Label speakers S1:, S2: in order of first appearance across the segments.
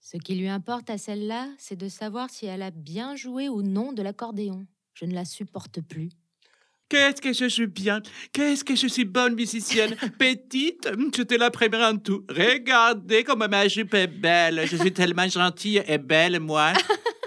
S1: Ce qui lui importe à celle-là, c'est de savoir si elle a bien joué ou non de l'accordéon. Je ne la supporte plus.
S2: Qu'est-ce que je suis bien Qu'est-ce que je suis bonne musicienne Petite, hum, je te l'apprendrai en tout. Regardez comme ma jupe est belle. Je suis tellement gentille et belle, moi.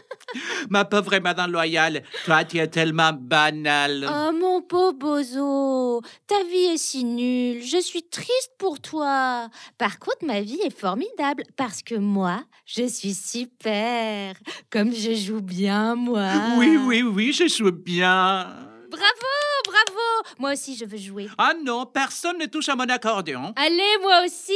S2: ma pauvre Madame Loyale, toi, tu es tellement banale.
S1: Oh mon pauvre Bozo, ta vie est si nulle, je suis triste pour toi. Par contre, ma vie est formidable parce que moi, je suis super. Comme je joue bien, moi.
S2: Oui, oui, oui, je joue bien.
S1: Bravo, bravo. Moi aussi, je veux jouer.
S2: Ah non, personne ne touche à mon accordéon.
S1: Allez, moi aussi.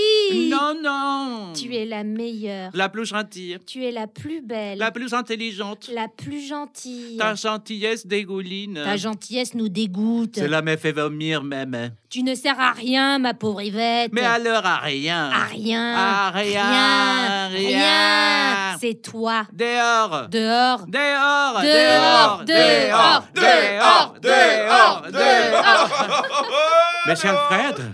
S2: Non, non.
S1: Tu es la meilleure.
S2: La plus gentille,
S1: Tu es la plus belle.
S2: la plus intelligente.
S1: la plus gentille.
S2: Ta gentillesse dégouline.
S1: Ta gentillesse nous dégoûte.
S2: Cela me fait vomir même.
S1: Tu ne sers à rien, ma pauvre Yvette.
S2: Mais alors à rien.
S1: À rien.
S2: À Ah, rien.
S1: Rien.
S2: Rien.
S1: rien. C'est toi.
S2: Dehors.
S1: Dehors.
S2: Dehors.
S1: Dehors. Dehors.
S2: Dehors. Dehors. Dehors.
S3: Mais
S2: Monsieur Alfred,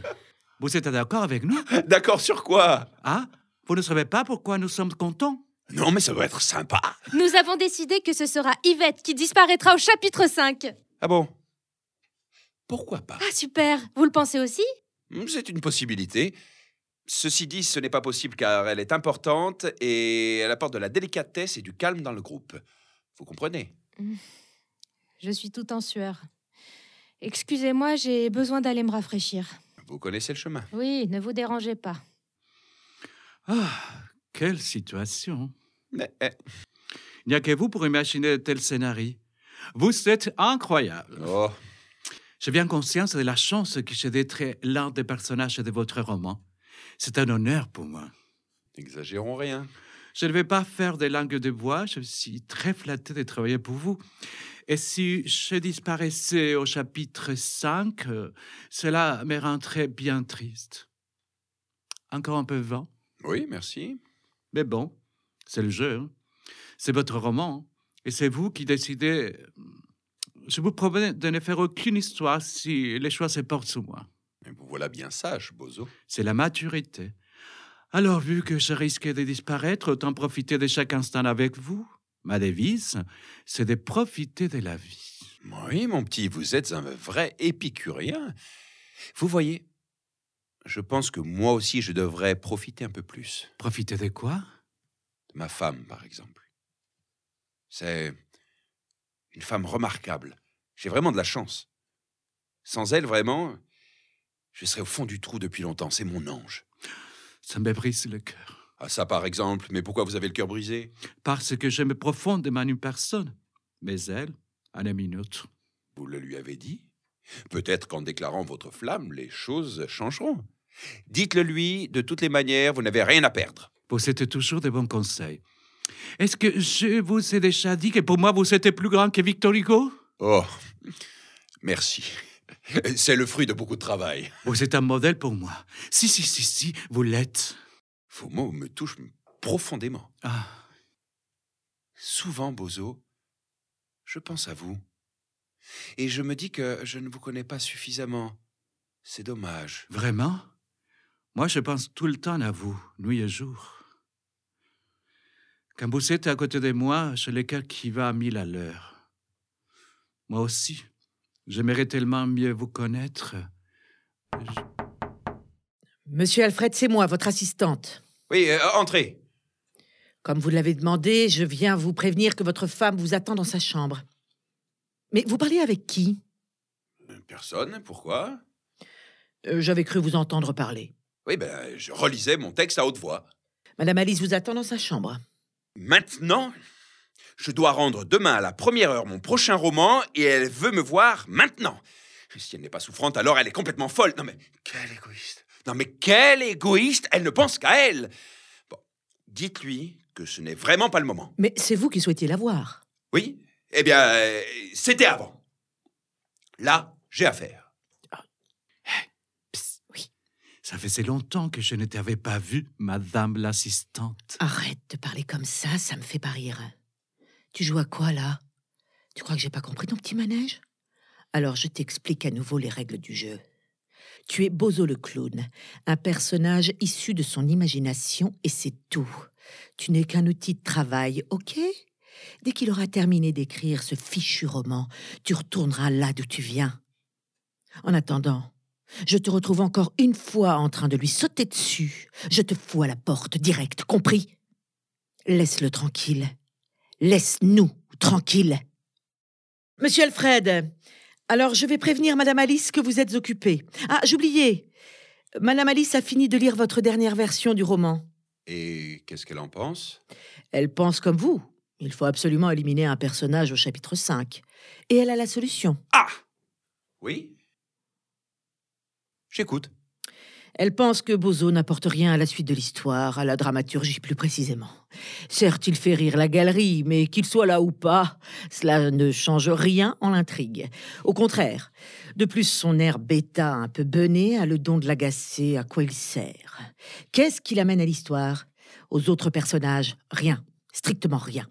S2: vous êtes d'accord avec nous
S3: D'accord sur quoi
S2: Ah, vous ne savez pas pourquoi nous sommes contents
S3: Non, mais ça doit être sympa.
S1: Nous avons décidé que ce sera Yvette qui disparaîtra au chapitre 5.
S3: Ah bon Pourquoi pas
S1: Ah super, vous le pensez aussi
S3: Hmm, C'est une possibilité. Ceci dit, ce n'est pas possible car elle est importante et elle apporte de la délicatesse et du calme dans le groupe. Vous comprenez
S1: Je suis tout en sueur. Excusez-moi, j'ai besoin d'aller me rafraîchir.
S3: Vous connaissez le chemin.
S1: Oui, ne vous dérangez pas.
S2: Ah, quelle situation
S3: Mais, eh,
S2: Il n'y a que vous pour imaginer de tels scénarios. Vous êtes incroyable.
S3: oh,
S2: J'ai bien conscience de la chance que j'ai d'être l'un des personnages de votre roman. C'est un honneur pour moi.
S3: n'exagérons rien.
S2: Je ne vais pas faire des langues de bois, je suis très flatté de travailler pour vous. Et si je disparaissais au chapitre 5, euh, cela me rendrait bien triste. Encore un peu vent,
S3: Oui, merci.
S2: mais bon, c'est le jeu. hein. C'est votre roman, et c'est vous qui décidez. Je vous promets de ne faire aucune histoire si les choix se portent sur moi.
S3: Mais Vous voilà bien sage, Bozo.
S2: C'est la maturité. Alors, vu que je risquais de disparaître, autant profiter de chaque instant avec vous. Ma devise, c'est de profiter de la vie.
S3: Oui, mon petit, vous êtes un vrai épicurien. Vous voyez, je pense que moi aussi, je devrais profiter un peu plus.
S2: Profiter de quoi
S3: de ma femme, par exemple. C'est une femme remarquable. J'ai vraiment de la chance. Sans elle, vraiment, je serais au fond du trou depuis longtemps. C'est mon ange.
S2: Ça me brise le cœur.
S3: Ah, ça, par exemple. Mais pourquoi vous avez le cœur brisé
S2: Parce que j'aime profondément une personne. Mais elle, à la minute.
S3: Vous le lui avez dit Peut-être qu'en déclarant votre flamme, les choses changeront. Dites-le lui, de toutes les manières, vous n'avez rien à perdre.
S2: Vous êtes toujours de bons conseils. Est-ce que je vous ai déjà dit que pour moi, vous étiez plus grand que Victor Hugo
S3: Oh, merci. C'est le fruit de beaucoup de travail.
S2: Vous êtes un modèle pour moi. Si, si, si, si, vous l'êtes.
S3: Vos mots me touchent profondément.
S2: Ah.
S3: Souvent, Bozo, je pense à vous. Et je me dis que je ne vous connais pas suffisamment. C'est dommage.
S2: Vraiment Moi, je pense tout le temps à vous, nuit et jour. Quand vous êtes à côté de moi, j'ai le cœur qui va à mille à l'heure. Moi aussi, j'aimerais tellement mieux vous connaître.
S4: Monsieur Alfred, c'est moi, votre assistante.
S3: Oui, euh, entrez.
S4: Comme vous l'avez demandé, je viens vous prévenir que votre femme vous attend dans sa chambre. Mais vous parlez avec qui
S3: Personne, pourquoi
S4: Euh, J'avais cru vous entendre parler.
S3: Oui, ben, je relisais mon texte à haute voix.
S4: Madame Alice vous attend dans sa chambre.
S3: Maintenant, je dois rendre demain à la première heure mon prochain roman et elle veut me voir maintenant. Si elle n'est pas souffrante, alors elle est complètement folle. Non mais quelle égoïste. Non mais quelle égoïste, elle ne pense qu'à elle. Bon, dites-lui que ce n'est vraiment pas le moment.
S4: Mais c'est vous qui souhaitiez la voir.
S3: Oui Eh bien, euh, c'était avant. Là, j'ai affaire.
S2: Ça faisait longtemps que je ne t'avais pas vu, Madame l'assistante.
S4: Arrête de parler comme ça, ça me fait pas rire. Tu joues à quoi là Tu crois que j'ai pas compris ton petit manège Alors je t'explique à nouveau les règles du jeu. Tu es Bozo le clown, un personnage issu de son imagination et c'est tout. Tu n'es qu'un outil de travail, ok Dès qu'il aura terminé d'écrire ce fichu roman, tu retourneras là d'où tu viens. En attendant, je te retrouve encore une fois en train de lui sauter dessus. Je te fous à la porte, direct, compris Laisse-le tranquille. Laisse-nous tranquille. Monsieur Alfred, alors je vais prévenir Madame Alice que vous êtes occupée. Ah, j'oubliais. Madame Alice a fini de lire votre dernière version du roman.
S3: Et qu'est-ce qu'elle en pense
S4: Elle pense comme vous. Il faut absolument éliminer un personnage au chapitre 5. Et elle a la solution.
S3: Ah Oui J'écoute.
S4: Elle pense que Bozo n'apporte rien à la suite de l'histoire, à la dramaturgie plus précisément. Certes, il fait rire la galerie, mais qu'il soit là ou pas, cela ne change rien en l'intrigue. Au contraire, de plus, son air bêta un peu bené a le don de l'agacer, à quoi il sert. Qu'est-ce qu'il amène à l'histoire Aux autres personnages Rien. Strictement rien.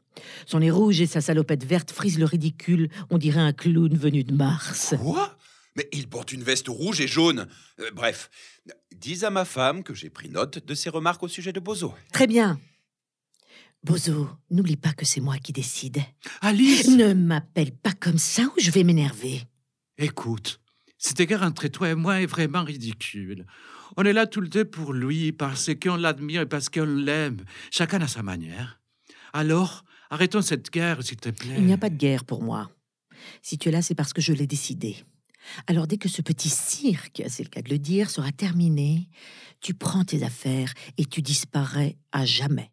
S4: Son nez rouge et sa salopette verte frisent le ridicule, on dirait un clown venu de Mars.
S3: Quoi Mais il porte une veste rouge et jaune. Euh, bref, dis à ma femme que j'ai pris note de ses remarques au sujet de Bozo.
S4: Très bien. Bozo, n'oublie pas que c'est moi qui décide.
S2: Alice
S4: Ne m'appelle pas comme ça ou je vais m'énerver.
S2: Écoute, cet écart entre toi et moi est vraiment ridicule. On est là tout le temps pour lui parce qu'on l'admire et parce qu'on l'aime, chacun à sa manière. Alors, arrêtons cette guerre, s'il te plaît.
S4: Il n'y a pas de guerre pour moi. Si tu es là, c'est parce que je l'ai décidé. Alors dès que ce petit cirque, c'est le cas de le dire, sera terminé, tu prends tes affaires et tu disparais à jamais.